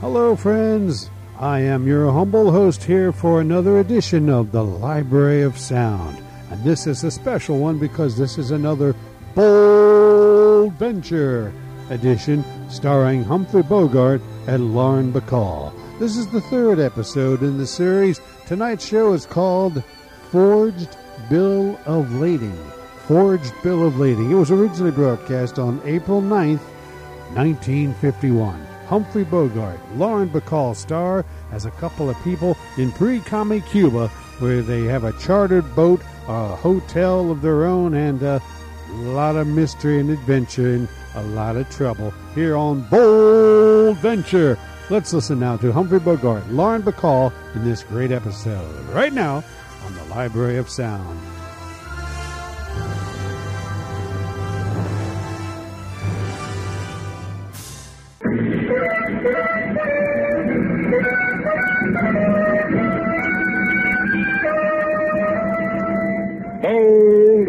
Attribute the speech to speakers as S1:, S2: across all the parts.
S1: Hello, friends. I am your humble host here for another edition of the Library of Sound. And this is a special one because this is another Bold Venture edition starring Humphrey Bogart and Lauren Bacall. This is the third episode in the series. Tonight's show is called Forged Bill of Lading. Forged Bill of Lading. It was originally broadcast on April 9th, 1951. Humphrey Bogart, Lauren Bacall star as a couple of people in pre-comic Cuba where they have a chartered boat, a hotel of their own, and a lot of mystery and adventure and a lot of trouble here on Bold Venture. Let's listen now to Humphrey Bogart, Lauren Bacall in this great episode right now on the Library of Sound.
S2: Bold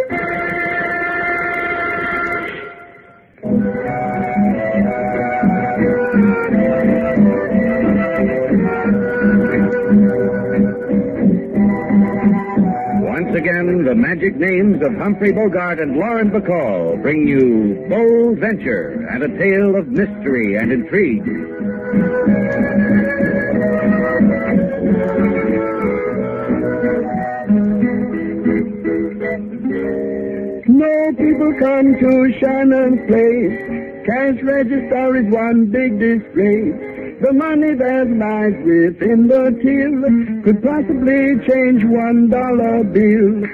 S2: Once again, the magic names of Humphrey Bogart and Lauren Bacall bring you Bold Venture and a tale of mystery and intrigue.
S3: No people come to Shannon's place. Cash register is one big disgrace. The money that lies within the till could possibly change one dollar bill.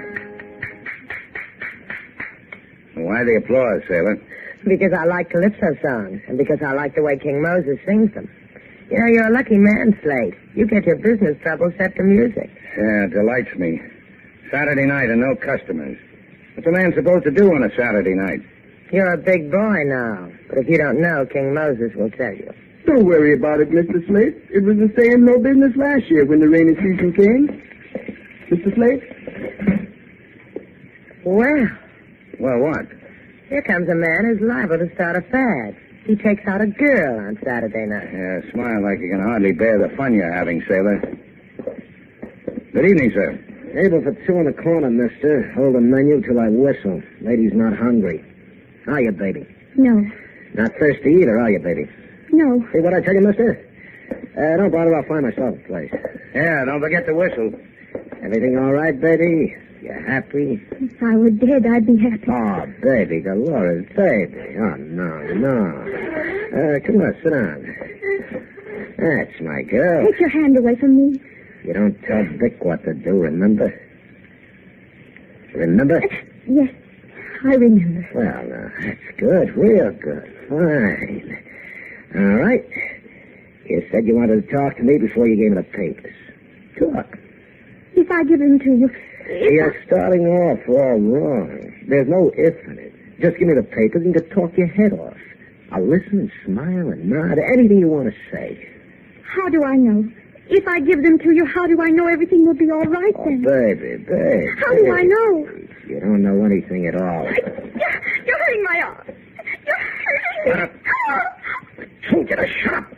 S2: Why the applause, Sailor?
S4: Because I like calypso songs, and because I like the way King Moses sings them. You know, you're a lucky man, Slade. You get your business trouble set to music.
S2: Yeah, it delights me. Saturday night and no customers. What's a man supposed to do on a Saturday night?
S4: You're a big boy now, but if you don't know, King Moses will tell you.
S3: Don't worry about it, Mr. Slate. It was the same no business last year when the rainy season came. Mr. Slate?
S4: Well,
S2: Well, what?
S4: here comes a man who's liable to start a fad. He takes out a girl on Saturday night.
S2: Yeah, smile like you can hardly bear the fun you're having, Sailor. Good evening, sir.
S4: Table for two in the corner, mister. Hold the menu till I whistle. Lady's not hungry. Are you, baby?
S5: No,
S4: Not thirsty either, are you, baby?
S5: no.
S4: See what I tell you, mister? Uh, don't bother, I'll find myself a place.
S2: Yeah, don't forget to whistle.
S4: Everything all right, baby? You happy?
S5: If I were dead, I'd be happy.
S4: Oh, baby, Dolores, baby. Oh, no, no. Uh, come on, sit down. That's my girl.
S5: Take your hand away from me.
S4: You don't tell Vic what to do, remember? Remember?
S5: Yes, I remember.
S4: Well, now, that's good, real good. Fine. All right. You said you wanted to talk to me before you gave me the papers. Talk.
S5: If I give them to you,
S4: You're starting off all wrong. There's no if in it. Just give me the papers and you can talk your head off. I'll listen and smile and nod. Anything you want to say.
S5: how do I know? If I give them to you, how do I know everything will be all right
S4: Oh,
S5: then?
S4: baby, baby.
S5: Mm-hmm. How do I know?
S4: You don't know anything at all.
S5: You're hurting my arm. You're
S4: Shut up. Told you to shut up.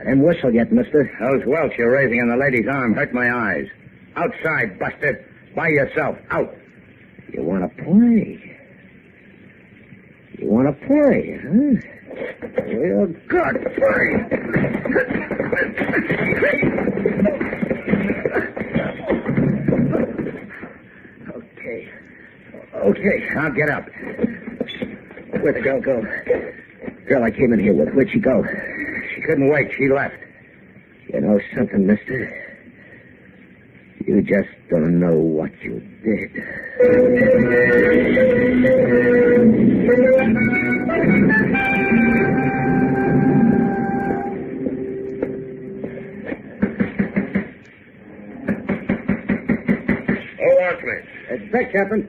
S4: I didn't whistle yet, mister.
S2: Those welts you're raising on the lady's arm hurt my eyes. Outside, Buster. By yourself. Out.
S4: You want to play? You want to play, huh? Real good play. okay. Okay,
S2: Now get up.
S4: where'd the girl go? Girl I came in here with, where'd she go?
S2: She couldn't wait. She left.
S4: You know something, mister? You just don't know what you did.
S2: Oh, Watchman.
S4: Uh, quick, Captain.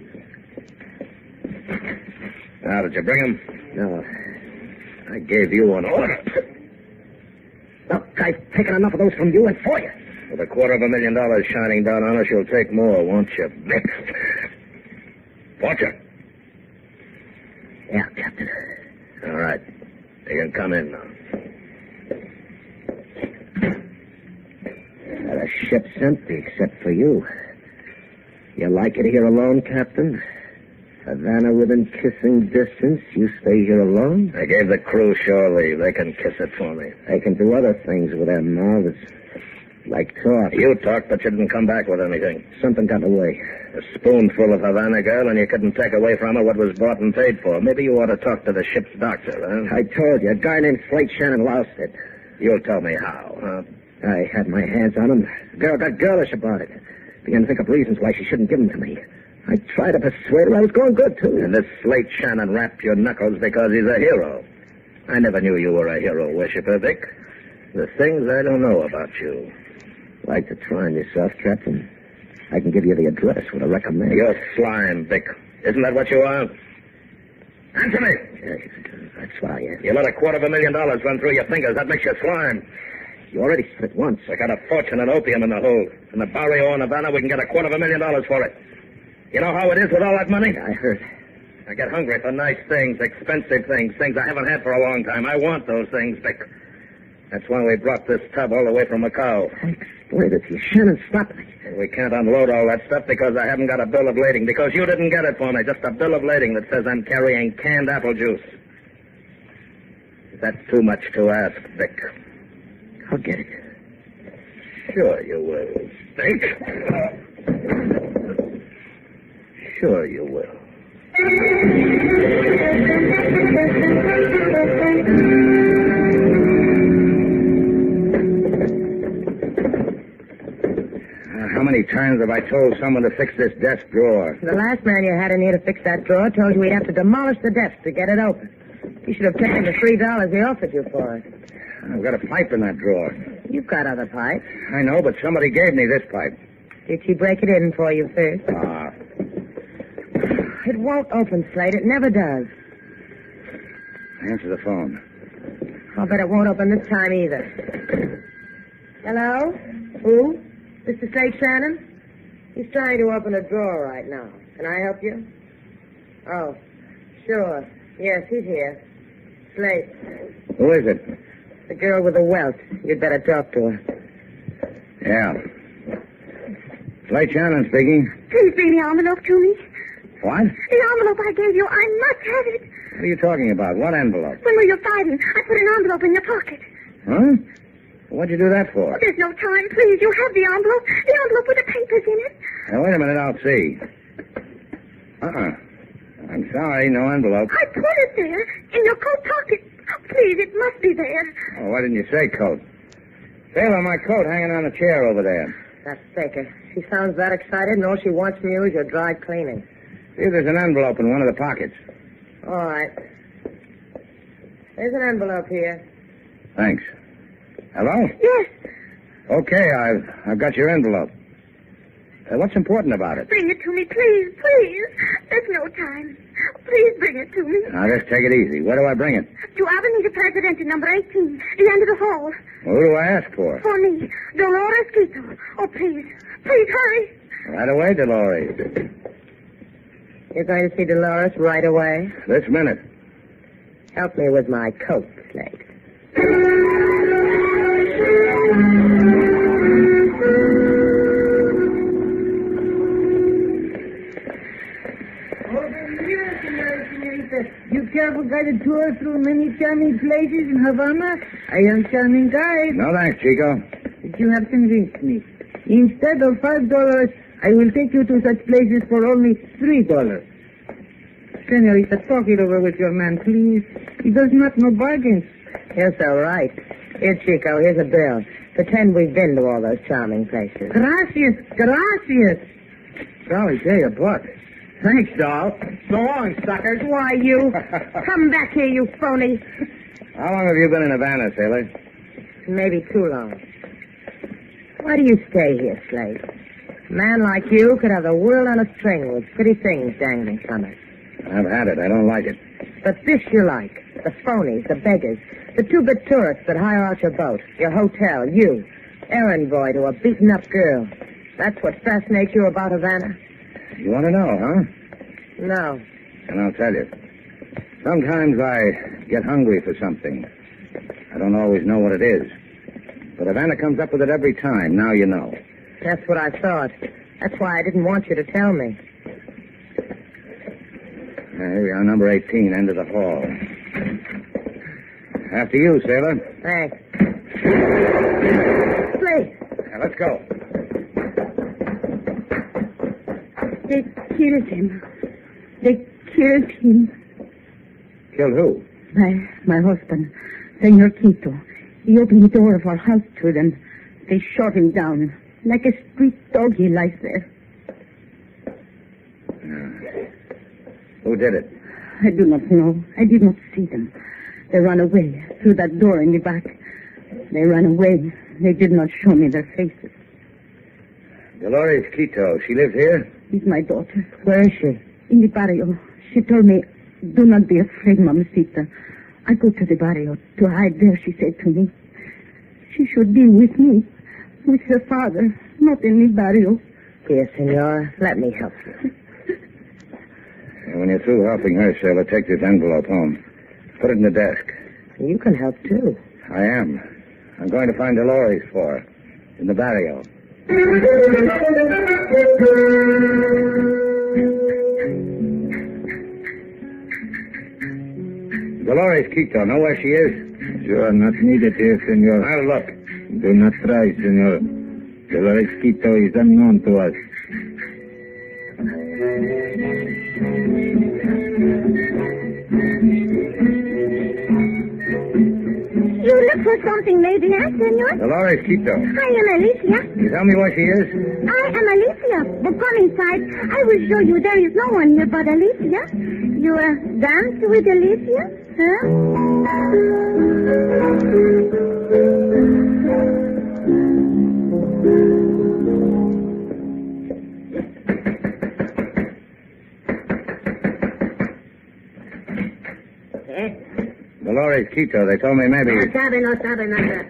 S4: Now, did you bring him? uh,
S6: No.
S4: I gave you an order.
S6: Look, I've taken enough of those from you and for you.
S4: With a quarter of a million dollars shining down on us, you'll take more, won't you, Vic? Fortune.
S6: Yeah, Captain.
S4: All right. You can come in now.
S6: Now, the ship's empty except for you. You like it here alone, Captain? Havana within kissing distance. You stay here alone.
S4: I gave the crew shore leave. They can kiss it for me.
S6: They can do other things with their mouths, like talk.
S4: You talked, but you didn't come back with anything.
S6: Something got away.
S4: A spoonful of Havana girl, and you couldn't take away from her what was bought and paid for. Maybe you ought to talk to the ship's doctor, huh?
S6: I told you, a guy named Slate Shannon lost it.
S4: You'll tell me how, huh?
S6: I had my hands on him. Girl got girlish about it. Began to think of reasons why she shouldn't give them to me. I tried to persuade her I was going good, too.
S4: And this Slate Shannon rapped your knuckles because he's a hero. I never knew you were a hero worshiper, Vic. The things I don't know about you.
S6: Like to try on yourself, Captain. I can give you the address when I recommend.
S4: You're slime, Vic. Isn't that what you are? Answer me!
S6: Yes, that's what I am.
S4: You let a quarter of a million dollars run through your fingers. That makes you slime.
S6: You already split once.
S4: I got a fortune in opium in the hold. In the barrio in Havana, we can get a quarter of a million dollars for it. You know how it is with all that money?
S6: I heard.
S4: I get hungry for nice things, expensive things, things I haven't had for a long time. I want those things, Vic. That's why we brought this tub all the way from Macau.
S6: I explained it to you. Shannon, stop it.
S4: We can't unload all that stuff because I haven't got a bill of lading. Because you didn't get it for me. Just a bill of lading that says I'm carrying canned apple juice. That's too much to ask, Vic.
S6: I'll get it.
S4: Sure you will, Vic. Sure you will. Uh, How many times have I told someone to fix this desk drawer?
S7: The last man you had in here to fix that drawer told you we'd have to demolish the desk to get it open. You should have taken the three dollars he offered you for it.
S4: I've got a pipe in that drawer.
S7: You've got other pipes.
S4: I know, but somebody gave me this pipe.
S7: Did she break it in for you first?
S4: Ah,
S7: It won't open, Slate. It never does.
S4: answer the phone.
S7: I'll bet it won't open this time either. Hello? Who? Mr. Slate Shannon? He's trying to open a drawer right now. Can I help you? Oh, sure. Yes, he's here. Slate,
S4: Who is it?
S7: the girl with the welt. You'd better talk to her.
S4: Yeah. Slate Shannon speaking.
S5: Please bring the envelope to me.
S4: What?
S5: The envelope I gave you, I must have it.
S4: What are you talking about? What envelope?
S5: When were you fighting? I put an envelope in your pocket.
S4: Huh? What'd you do that for?
S5: There's no time, please. You have the envelope. The envelope with the papers in it.
S4: Now, wait a minute, I'll see. Uh-uh. I'm sorry, no envelope.
S5: I put it there in your coat pocket. Please, it must be there.
S4: Oh, why didn't you say coat? Sailor, my coat hanging on the chair over there.
S7: That's Baker. She sounds that excited, and all she wants from you is your dry cleaning.
S4: See, there's an envelope in one of the pockets.
S7: All right. There's an envelope here.
S4: Thanks. Hello?
S5: Yes,
S4: Okay, I've, I've got your envelope. Uh, what's important about it?
S5: bring it to me, please, please. There's no time. Please bring it to me.
S4: Now, just take it easy. Where do I bring it?
S5: To Avenida Presidente, number 18, the end of the hall.
S4: Well, who do I ask for?
S5: For me, Dolores Quito. Oh, please, please hurry.
S4: Right away, Dolores.
S7: You're going to see Dolores right away?
S4: This minute.
S7: Help me with my coat, Slate. You travel guided tour through many charming places in Havana. I am charming guy.
S4: No thanks, Chico.
S7: But you have convinced me. Instead of five dollars, I will take you to such places for only three dollars. Senorita, talk it over with your man, please. He does not know bargains. Yes, all right. Here, Chico, here's a bill. Pretend we've been to all those charming places. Gracias, gracias.
S4: Golly gee, a buck. Thanks, doll. So long, suckers.
S7: Why, you? Come back here, you phony.
S4: How long have you been in Havana, sailor?
S7: Maybe too long. Why do you stay here, Slade? Man like you could have the world on a string with pretty things dangling from it.
S4: I've had it. I don't like it.
S7: But this you like. The phonies, the beggars, the two-bit tourists that hire out your boat, your hotel, you, errand boy to a beaten-up girl. That's what fascinates you about Havana?
S4: You want to know, huh?
S7: No.
S4: And I'll tell you. Sometimes I get hungry for something. I don't always know what it is. But Havana comes up with it every time. Now you know.
S7: That's what I thought. That's why I didn't want you to tell me.
S4: Uh, here we are, number 18, end of the hall. After you, sailor.
S7: Thanks. Please.
S4: Now, let's go.
S5: They killed him. They killed him.
S4: Killed who?
S5: My, my husband, Senor Quito. He opened the door of our house to them. They shot him down. Like a street dog, he lies there.
S4: Who did it?
S5: I do not know. I did not see them. They ran away through that door in the back. They ran away. They did not show me their faces.
S4: Dolores Quito. She lives here?
S5: It's my daughter.
S7: Where is she?
S5: In the barrio, she told me, do not be afraid, Mamacita. I go to the barrio to hide there, she said to me. She should be with me, with her father, not in the barrio.
S7: Dear senor, let me help you.
S4: And when you're through helping her, sailor, take this envelope home. Put it in the desk.
S7: You can help too.
S4: I am. I'm going to find Dolores for her. In the barrio. Dolores Quito, know where she is? You are not needed here, senor. I'll look. Do not try, senor. Dolores Quito is unknown to us.
S5: You look for something, maybe, huh, senor?
S4: Dolores Quito,
S5: I am Alicia.
S4: you tell me where she is?
S5: I am Alicia. But come inside. I will show you there is no one here but Alicia. You uh, dance with Alicia, huh?
S4: Dolores Quito, they told me maybe.
S5: Eh,
S7: sabe, no sabe nada.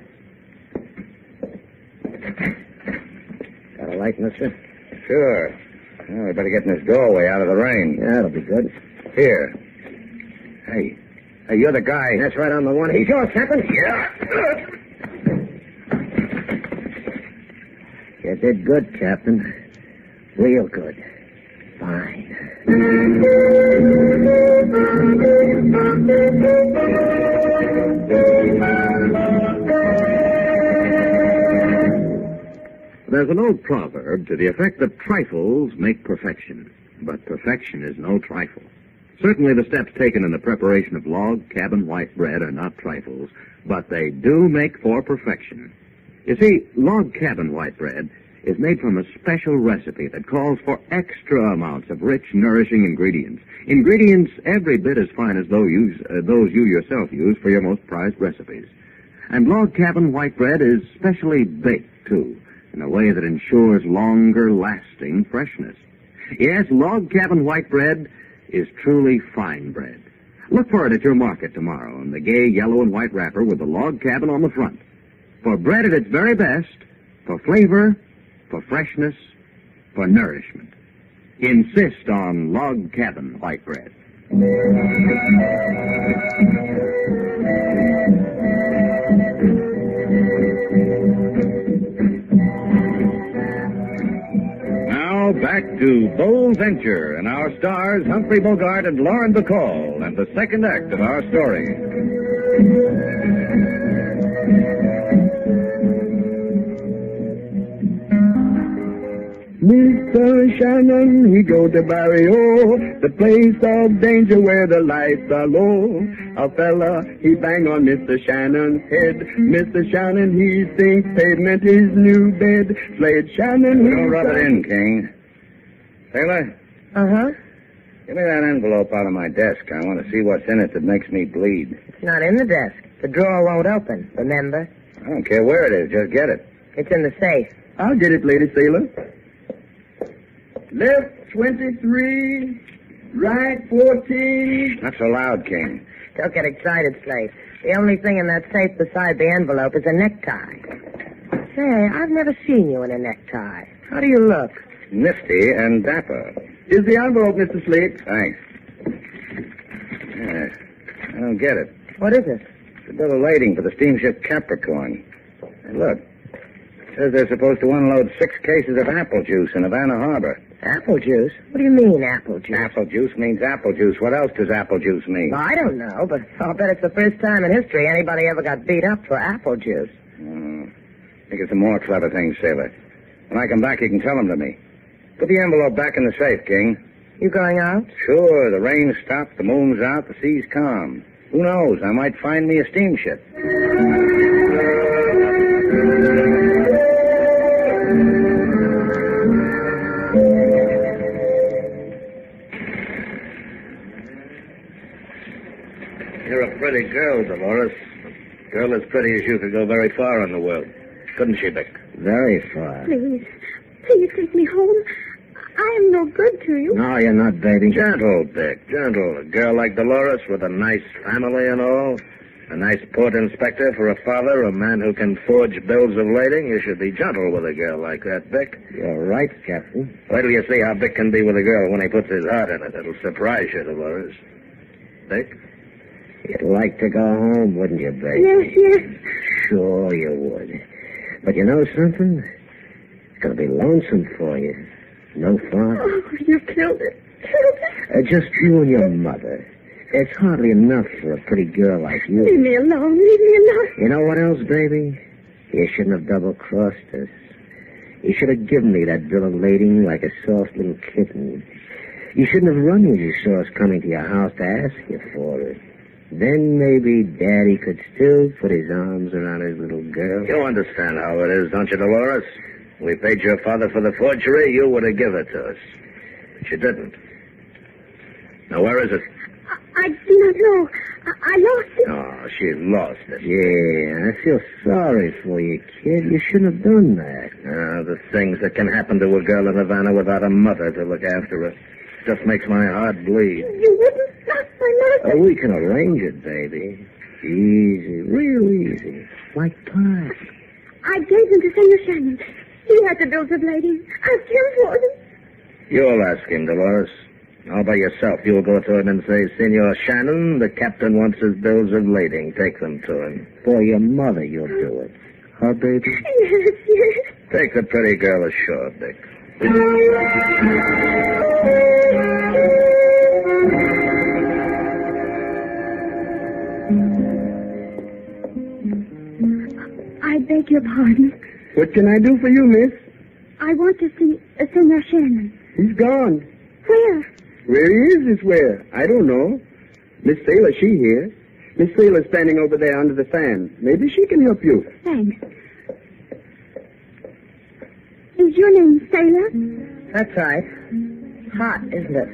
S4: Got a light, mister? Sure. Well, we better get in this doorway out of the rain. Yeah, that'll be good. Here. Hey. Hey, you're the guy. That's right on the one. He's yours, Captain. Yeah. You did good, Captain. Real good. Fine.
S8: There's an old proverb to the effect that trifles make perfection, but perfection is no trifle. Certainly the steps taken in the preparation of log cabin white bread are not trifles, but they do make for perfection. You see, log cabin white bread is made from a special recipe that calls for extra amounts of rich, nourishing ingredients. Ingredients every bit as fine as those, use, uh, those you yourself use for your most prized recipes. And log cabin white bread is specially baked, too, in a way that ensures longer lasting freshness. Yes, log cabin white bread is truly fine bread. Look for it at your market tomorrow in the gay yellow and white wrapper with the log cabin on the front. For bread at its very best, for flavor, for freshness, for nourishment. Insist on log cabin white bread.
S4: Now back to Bold Venture and our stars Humphrey Bogart and Lauren Bacall and the second act of our story.
S3: Mr. Shannon, he go to Barrio, the place of danger where the lights are low. A fella, he bang on Mr. Shannon's head. Mr. Shannon, he thinks pavement is new bed. Slade Shannon, he
S4: Don't rub it in, King. Taylor,
S7: Uh
S5: Uh-huh.
S7: huh.
S4: give me that envelope out of my desk. I want to see what's in it that makes me bleed.
S7: It's not in the desk. The drawer won't open, remember?
S4: I don't care where it is, just get it.
S7: It's in the safe.
S3: I'll get it, Lady Sailor. Left 23, right 14.
S4: Not so loud, King.
S7: Don't get excited, Slate. The only thing in that safe beside the envelope is a necktie. Say, I've never seen you in a necktie. How do you look?
S4: Nifty and dapper.
S3: Is the envelope, Mr. Slate?
S4: Thanks. Yeah, I don't get it.
S7: What is it?
S4: It's a double lading for the steamship Capricorn. Hey, look. It says they're supposed to unload six cases of apple juice in Havana Harbor.
S7: Apple juice? What do you mean, apple juice?
S4: Apple juice means apple juice. What else does apple juice mean?
S7: Well, I don't know, but I'll bet it's the first time in history anybody ever got beat up for apple juice.
S4: Oh, I think it's a more clever thing, Sailor. When I come back, you can tell them to me. Put the envelope back in the safe, King.
S7: You going out?
S4: Sure, the rain stopped, the moon's out, the sea's calm. Who knows? I might find me a steamship. You're a pretty girl, Dolores. A girl as pretty as you could go very far in the world. Couldn't she, Vic? Very far.
S5: Please, please take me home. I am no good to you.
S4: No, you're not, baby. Gentle, Dick. Gentle. A girl like Dolores with a nice family and all. A nice port inspector for a father, a man who can forge bills of lading. You should be gentle with a girl like that, Vic. You're right, Captain. Wait till you see how Vic can be with a girl when he puts his heart in it. It'll surprise you, Dolores. Vic? You'd like to go home, wouldn't you, baby?
S5: Yes, yes.
S4: Sure you would. But you know something? It's gonna be lonesome for you. No father.
S5: Oh, you killed it. Killed it.
S4: Uh, just you and your mother. It's hardly enough for a pretty girl like
S5: Leave
S4: you.
S5: me alone. Leave me alone.
S4: You know what else, baby? You shouldn't have double crossed us. You should have given me that bill of lading like a soft little kitten. You shouldn't have run when you saw us coming to your house to ask you for it. Then maybe Daddy could still put his arms around his little girl. You understand how it is, don't you, Dolores? We paid your father for the forgery. You would have given it to us. But you didn't. Now, where is it?
S5: I, I do not know. I, I lost it.
S4: Oh, she lost it. Yeah, I feel sorry for you, kid. You shouldn't have done that. Ah, the things that can happen to a girl in Havana without a mother to look after her. Just makes my heart bleed.
S5: You wouldn't not my mother.
S4: Oh, we can arrange it, baby. Easy, real easy. Like pie.
S5: I gave them to Senor Shannon. He had the bills of lading. Asked him for them.
S4: You'll ask him, Dolores. All by yourself. You'll go to him and say, Senor Shannon, the captain wants his bills of lading. Take them to him. For your mother, you'll do it. Huh, baby?
S5: Yes, yes.
S4: Take the pretty girl ashore, Dick.
S5: I beg your pardon.
S3: What can I do for you, miss?
S5: I want to see uh, Senor Shannon.
S3: He's gone.
S5: Where?
S3: Where he is is where. I don't know. Miss Sailor, she here. Miss Sailor's standing over there under the fan. Maybe she can help you.
S5: Thanks. Is your name Sailor?
S7: That's right. Hot, isn't it?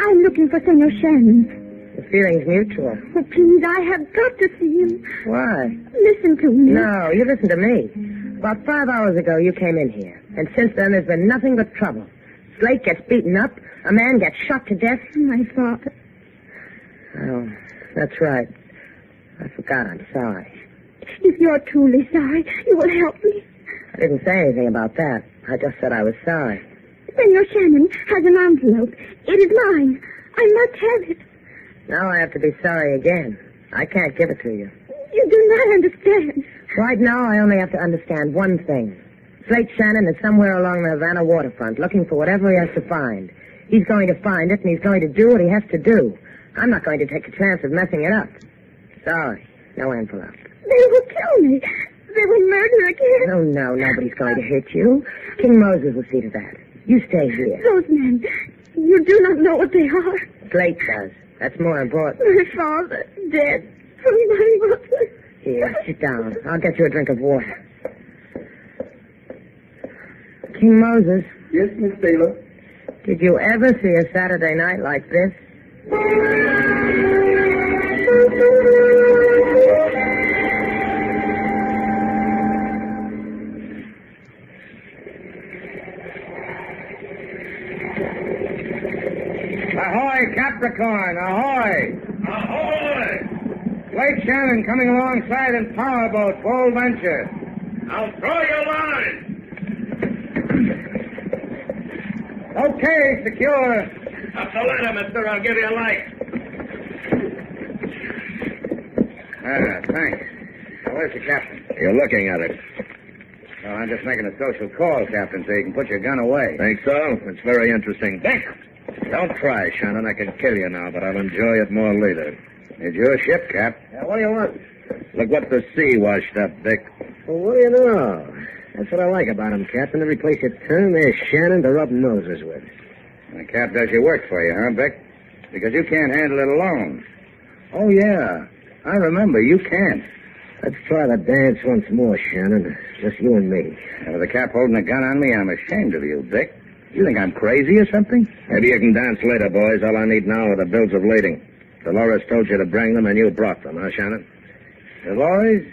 S5: I'm looking for Senor Shannon.
S7: The feeling's mutual.
S5: Oh, please, I have got to see him.
S7: Why?
S5: Listen to me.
S7: No, you listen to me. About five hours ago, you came in here, and since then, there's been nothing but trouble. Slate gets beaten up, a man gets shot to death.
S5: My father.
S7: Oh, that's right. I forgot. I'm sorry.
S5: If you're truly sorry, you will help me.
S7: I didn't say anything about that. I just said I was sorry.
S5: Senor Shannon has an envelope. It is mine. I must have it.
S7: Now I have to be sorry again. I can't give it to you.
S5: You do not understand.
S7: Right now, I only have to understand one thing. Slate Shannon is somewhere along the Havana waterfront looking for whatever he has to find. He's going to find it, and he's going to do what he has to do. I'm not going to take a chance of messing it up. Sorry. No envelope.
S5: They will kill me. They will murder again.
S7: No, no, nobody's going to hit you. King Moses will see to that. You stay here.
S5: Those men, you do not know what they are.
S7: Slate does. That's more important.
S5: My father, dead from my mother.
S7: Here, sit down. I'll get you a drink of water. King Moses,
S3: Yes, Miss Sailor.
S7: Did you ever see a Saturday night like this?
S2: Capricorn, ahoy! Ahoy! Lake Shannon coming alongside in powerboat, Bold Venture. Now throw your line! Okay, secure. Up the ladder, mister. I'll give you a light. Ah, thanks. Now, where's the captain?
S4: You're looking at it.
S2: Oh, I'm just making a social call, Captain, so you can put your gun away.
S4: Think so? It's very interesting.
S2: Thank
S4: Don't try, Shannon. I can kill you now, but I'll enjoy it more later. It's your ship, Cap.
S2: Yeah, what do you want?
S4: Look what the sea washed up, Dick.
S2: Well, what do you know? That's what I like about him, Captain. Every place you turn, there's Shannon to rub noses with.
S4: The Cap does your work for you, huh, Vic? Because you can't handle it alone.
S2: Oh, yeah.
S4: I remember you can't.
S2: Let's try the dance once more, Shannon. Just you and me.
S4: And with the Cap holding a gun on me, I'm ashamed of you, Dick. You think I'm crazy or something? Maybe you can dance later, boys. All I need now are the bills of lading. Dolores told you to bring them, and you brought them, huh, Shannon?
S2: Dolores?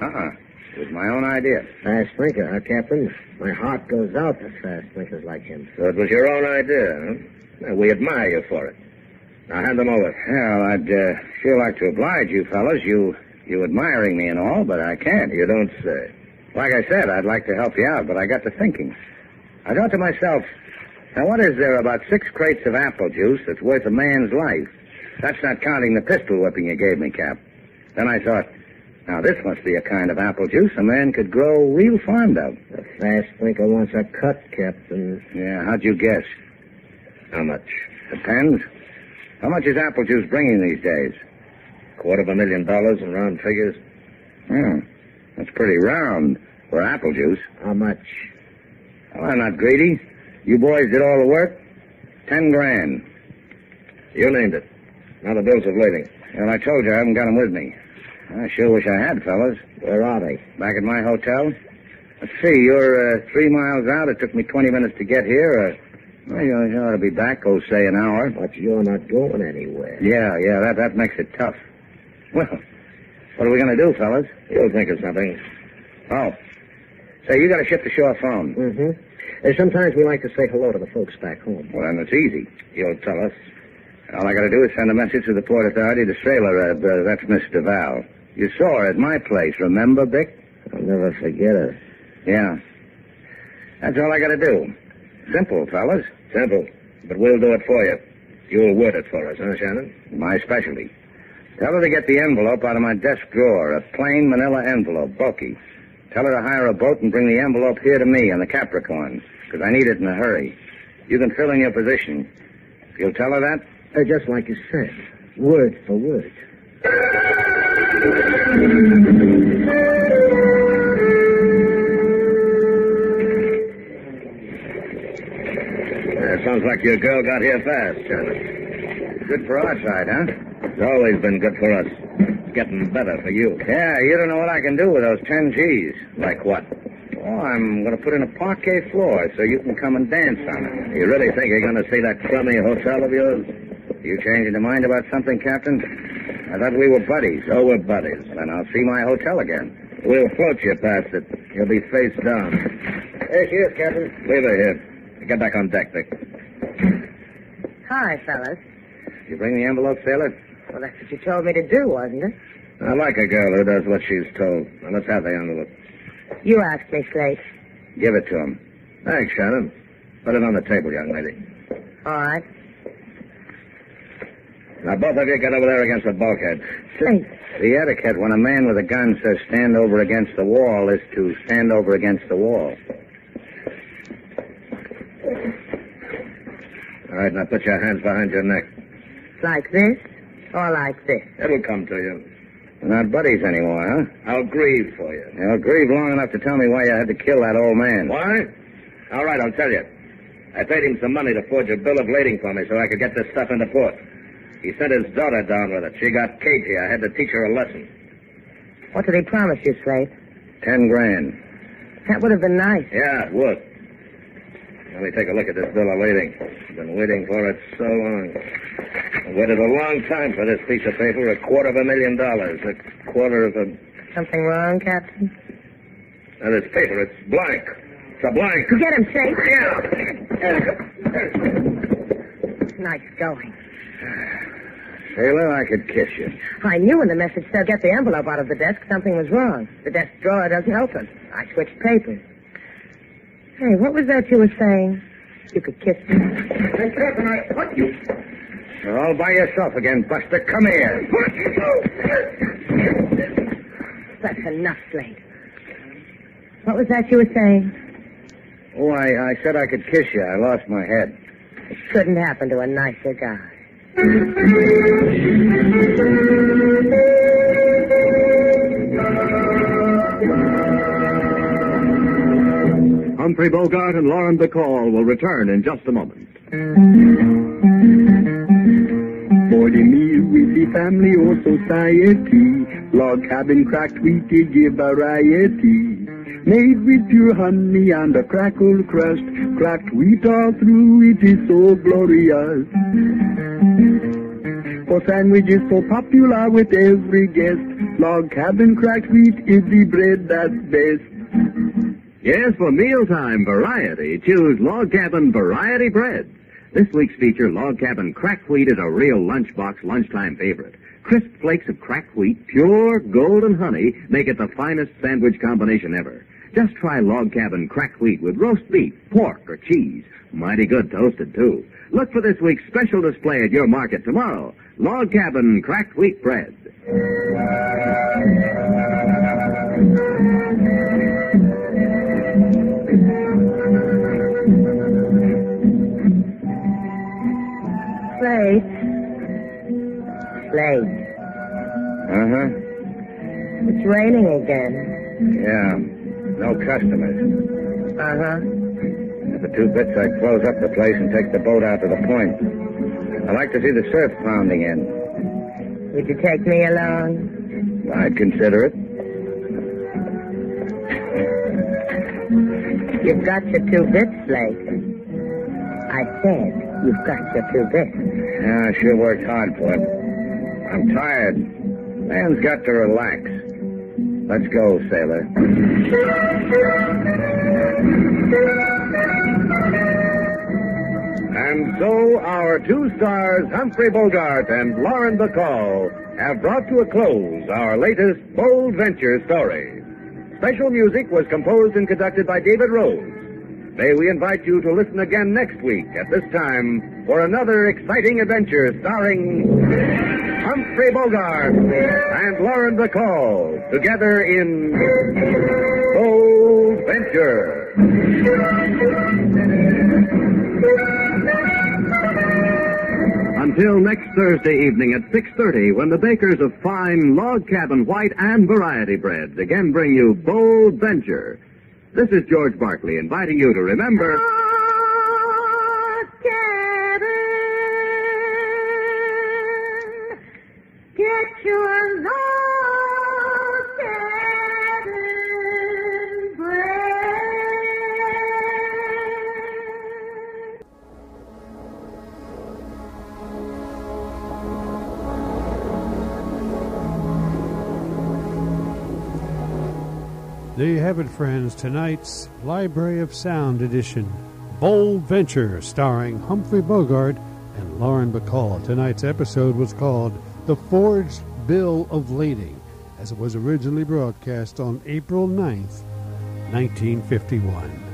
S4: Uh-uh. It was my own idea.
S2: Fast thinker, huh, Captain? My heart goes out to fast thinkers like him.
S4: So it was your own idea, huh? Now, we admire you for it. Now hand them over. Well, I'd uh, sure like to oblige you fellas. You you admiring me and all, but I can't. You don't say. Like I said, I'd like to help you out, but I got to thinking. I thought to myself, now what is there about six crates of apple juice that's worth a man's life? That's not counting the pistol whipping you gave me, Cap. Then I thought, now this must be a kind of apple juice a man could grow real fond of.
S2: The fast thinker wants a cut, Captain.
S4: Yeah, how'd you guess? How much? Depends. How much is apple juice bringing these days? Quarter of a million dollars in round figures. Hmm. That's pretty round for apple juice.
S2: How much?
S4: Well, I'm not greedy. You boys did all the work. Ten grand. You named it. Now the bills of lading. Well, I told you I haven't got 'em with me. I sure wish I had, fellas.
S2: Where are they?
S4: Back at my hotel. Let's see, you're uh, three miles out. It took me 20 minutes to get here. Uh, well, you you ought to be back, oh, say, an hour.
S2: But you're not going anywhere.
S4: Yeah, yeah, that, that makes it tough. Well, what are we going to do, fellas? You'll think of something. Oh. Say, you got to ship the shore phone.
S2: Mm-hmm. sometimes we like to say hello to the folks back home.
S4: Well, then it's easy. You'll tell us. All I got to do is send a message to the Port Authority to Sailor. Uh, uh, that's Miss DeVal. You saw her at my place, remember, Vic?
S2: I'll never forget her.
S4: Yeah. That's all I got to do. Simple, fellas. Simple. But we'll do it for you. You'll word it for us, huh, Shannon? My specialty. Tell her to get the envelope out of my desk drawer, a plain manila envelope, bulky. Tell her to hire a boat and bring the envelope here to me on the Capricorn, because I need it in a hurry. You can fill in your position. You'll tell her that?
S2: Uh, just like you said, word for word.
S4: Yeah, Uh, sounds like your girl got here fast, Shannon. Good for our side, huh? It's always been good for us. It's getting better for you. Yeah, you don't know what I can do with those ten G's. Like what? Oh, I'm going to put in a parquet floor so you can come and dance on it. You really think you're going to see that crummy hotel of yours? You changing your mind about something, Captain? I thought we were buddies. Oh, we're buddies. Then I'll see my hotel again. We'll float you past it. You'll be face down.
S2: There she is, Captain.
S4: Leave her here. Get back on deck, Vic.
S7: Hi, fellas.
S4: You bring the envelope, sailor?
S7: Well, that's what you told me to do, wasn't it?
S4: I like a girl who does what she's told. Now, let's have the envelope.
S7: You asked me, Slate.
S4: Give it to him. Thanks, Shannon. Put it on the table, young lady.
S7: All right.
S4: Now, both of you get over there against the bulkhead.
S7: Slate.
S4: The etiquette when a man with a gun says stand over against the wall is to stand over against the wall. All right, now put your hands behind your neck.
S7: Like this or like this?
S4: It'll come to you. We're not buddies anymore, huh? I'll grieve for you. You'll grieve long enough to tell me why you had to kill that old man. Why? All right, I'll tell you. I paid him some money to forge a bill of lading for me so I could get this stuff into port. He sent his daughter down with it. She got cagey. I had to teach her a lesson.
S7: What did he promise you, Slate?
S4: Ten grand.
S7: That would have been nice.
S4: Yeah, it would. Let me take a look at this bill of lading. I've been waiting for it so long. I waited a long time for this piece of paper, a quarter of a million dollars. A quarter of a.
S7: Something wrong, Captain?
S4: Now, this paper, it's blank. It's a blank.
S7: Get him, Slate.
S4: Yeah.
S7: nice going.
S4: Sailor, I could kiss you.
S7: I knew when the message said get the envelope out of the desk, something was wrong. The desk drawer doesn't open. I switched papers. Hey, what was that you were saying? You could kiss me.
S4: Take that and I put you. You're all by yourself again, Buster. Come here.
S7: That's enough, Slade. What was that you were saying?
S4: Oh, I, I said I could kiss you. I lost my head.
S7: It couldn't happen to a nicer guy.
S9: Humphrey Bogart and Lauren Bacall will return in just a moment.
S10: For the meal with the family or society, log cabin cracked wheat to give variety. Made with pure honey and a crackle crust, cracked wheat all through, it is so glorious. For sandwiches so popular with every guest, log cabin cracked wheat is the bread that's best.
S9: Yes, for mealtime variety, choose Log Cabin Variety Breads. This week's feature, Log Cabin Cracked Wheat, is a real lunchbox lunchtime favorite. Crisp flakes of cracked wheat, pure golden honey, make it the finest sandwich combination ever. Just try Log Cabin Cracked Wheat with roast beef, pork, or cheese. Mighty good toasted, too. Look for this week's special display at your market tomorrow. Log Cabin Cracked Wheat Bread.
S7: Slade. Slade.
S4: Uh-huh.
S7: It's raining again.
S4: Yeah. No customers.
S7: Uh huh.
S4: For two bits, I'd uh, close up the place and take the boat out to the point. I like to see the surf pounding in.
S7: Would you take me along?
S4: I'd consider it.
S7: You've got your two bits, Slade. I said you've got your two bits.
S4: Yeah, I sure worked hard for it. I'm tired. Man's got to relax. Let's go, sailor. And so our two stars, Humphrey Bogart and Lauren Bacall, have brought to a close our latest bold venture story. Special music was composed and conducted by David Rose. May we invite you to listen again next week at this time for another exciting adventure starring Humphrey Bogart and Lauren Bacall together in Bold Venture.
S9: Until next Thursday evening at 6.30 when the bakers of fine log cabin white and variety breads again bring you Bold Venture. This is George Barkley inviting you to remember...
S7: Get your love, Kevin Bread.
S1: There you have it, friends. Tonight's Library of Sound edition, Bold Venture, starring Humphrey Bogart and Lauren Bacall. Tonight's episode was called The Forged Bill of Lading, as it was originally broadcast on April 9th, 1951.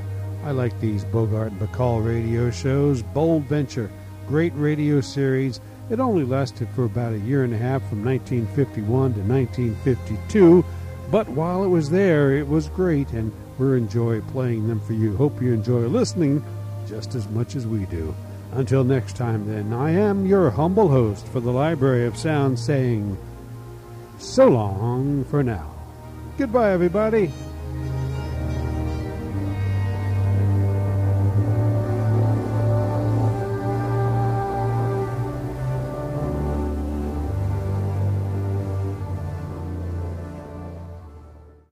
S1: I like these Bogart and Bacall radio shows. Bold Venture, great radio series. It only lasted for about a year and a half from 1951 to 1952, but while it was there, it was great, and we enjoy playing them for you. Hope you enjoy listening just as much as we do. Until next time, then, I am your humble host for the Library of Sound saying so long for now. Goodbye, everybody.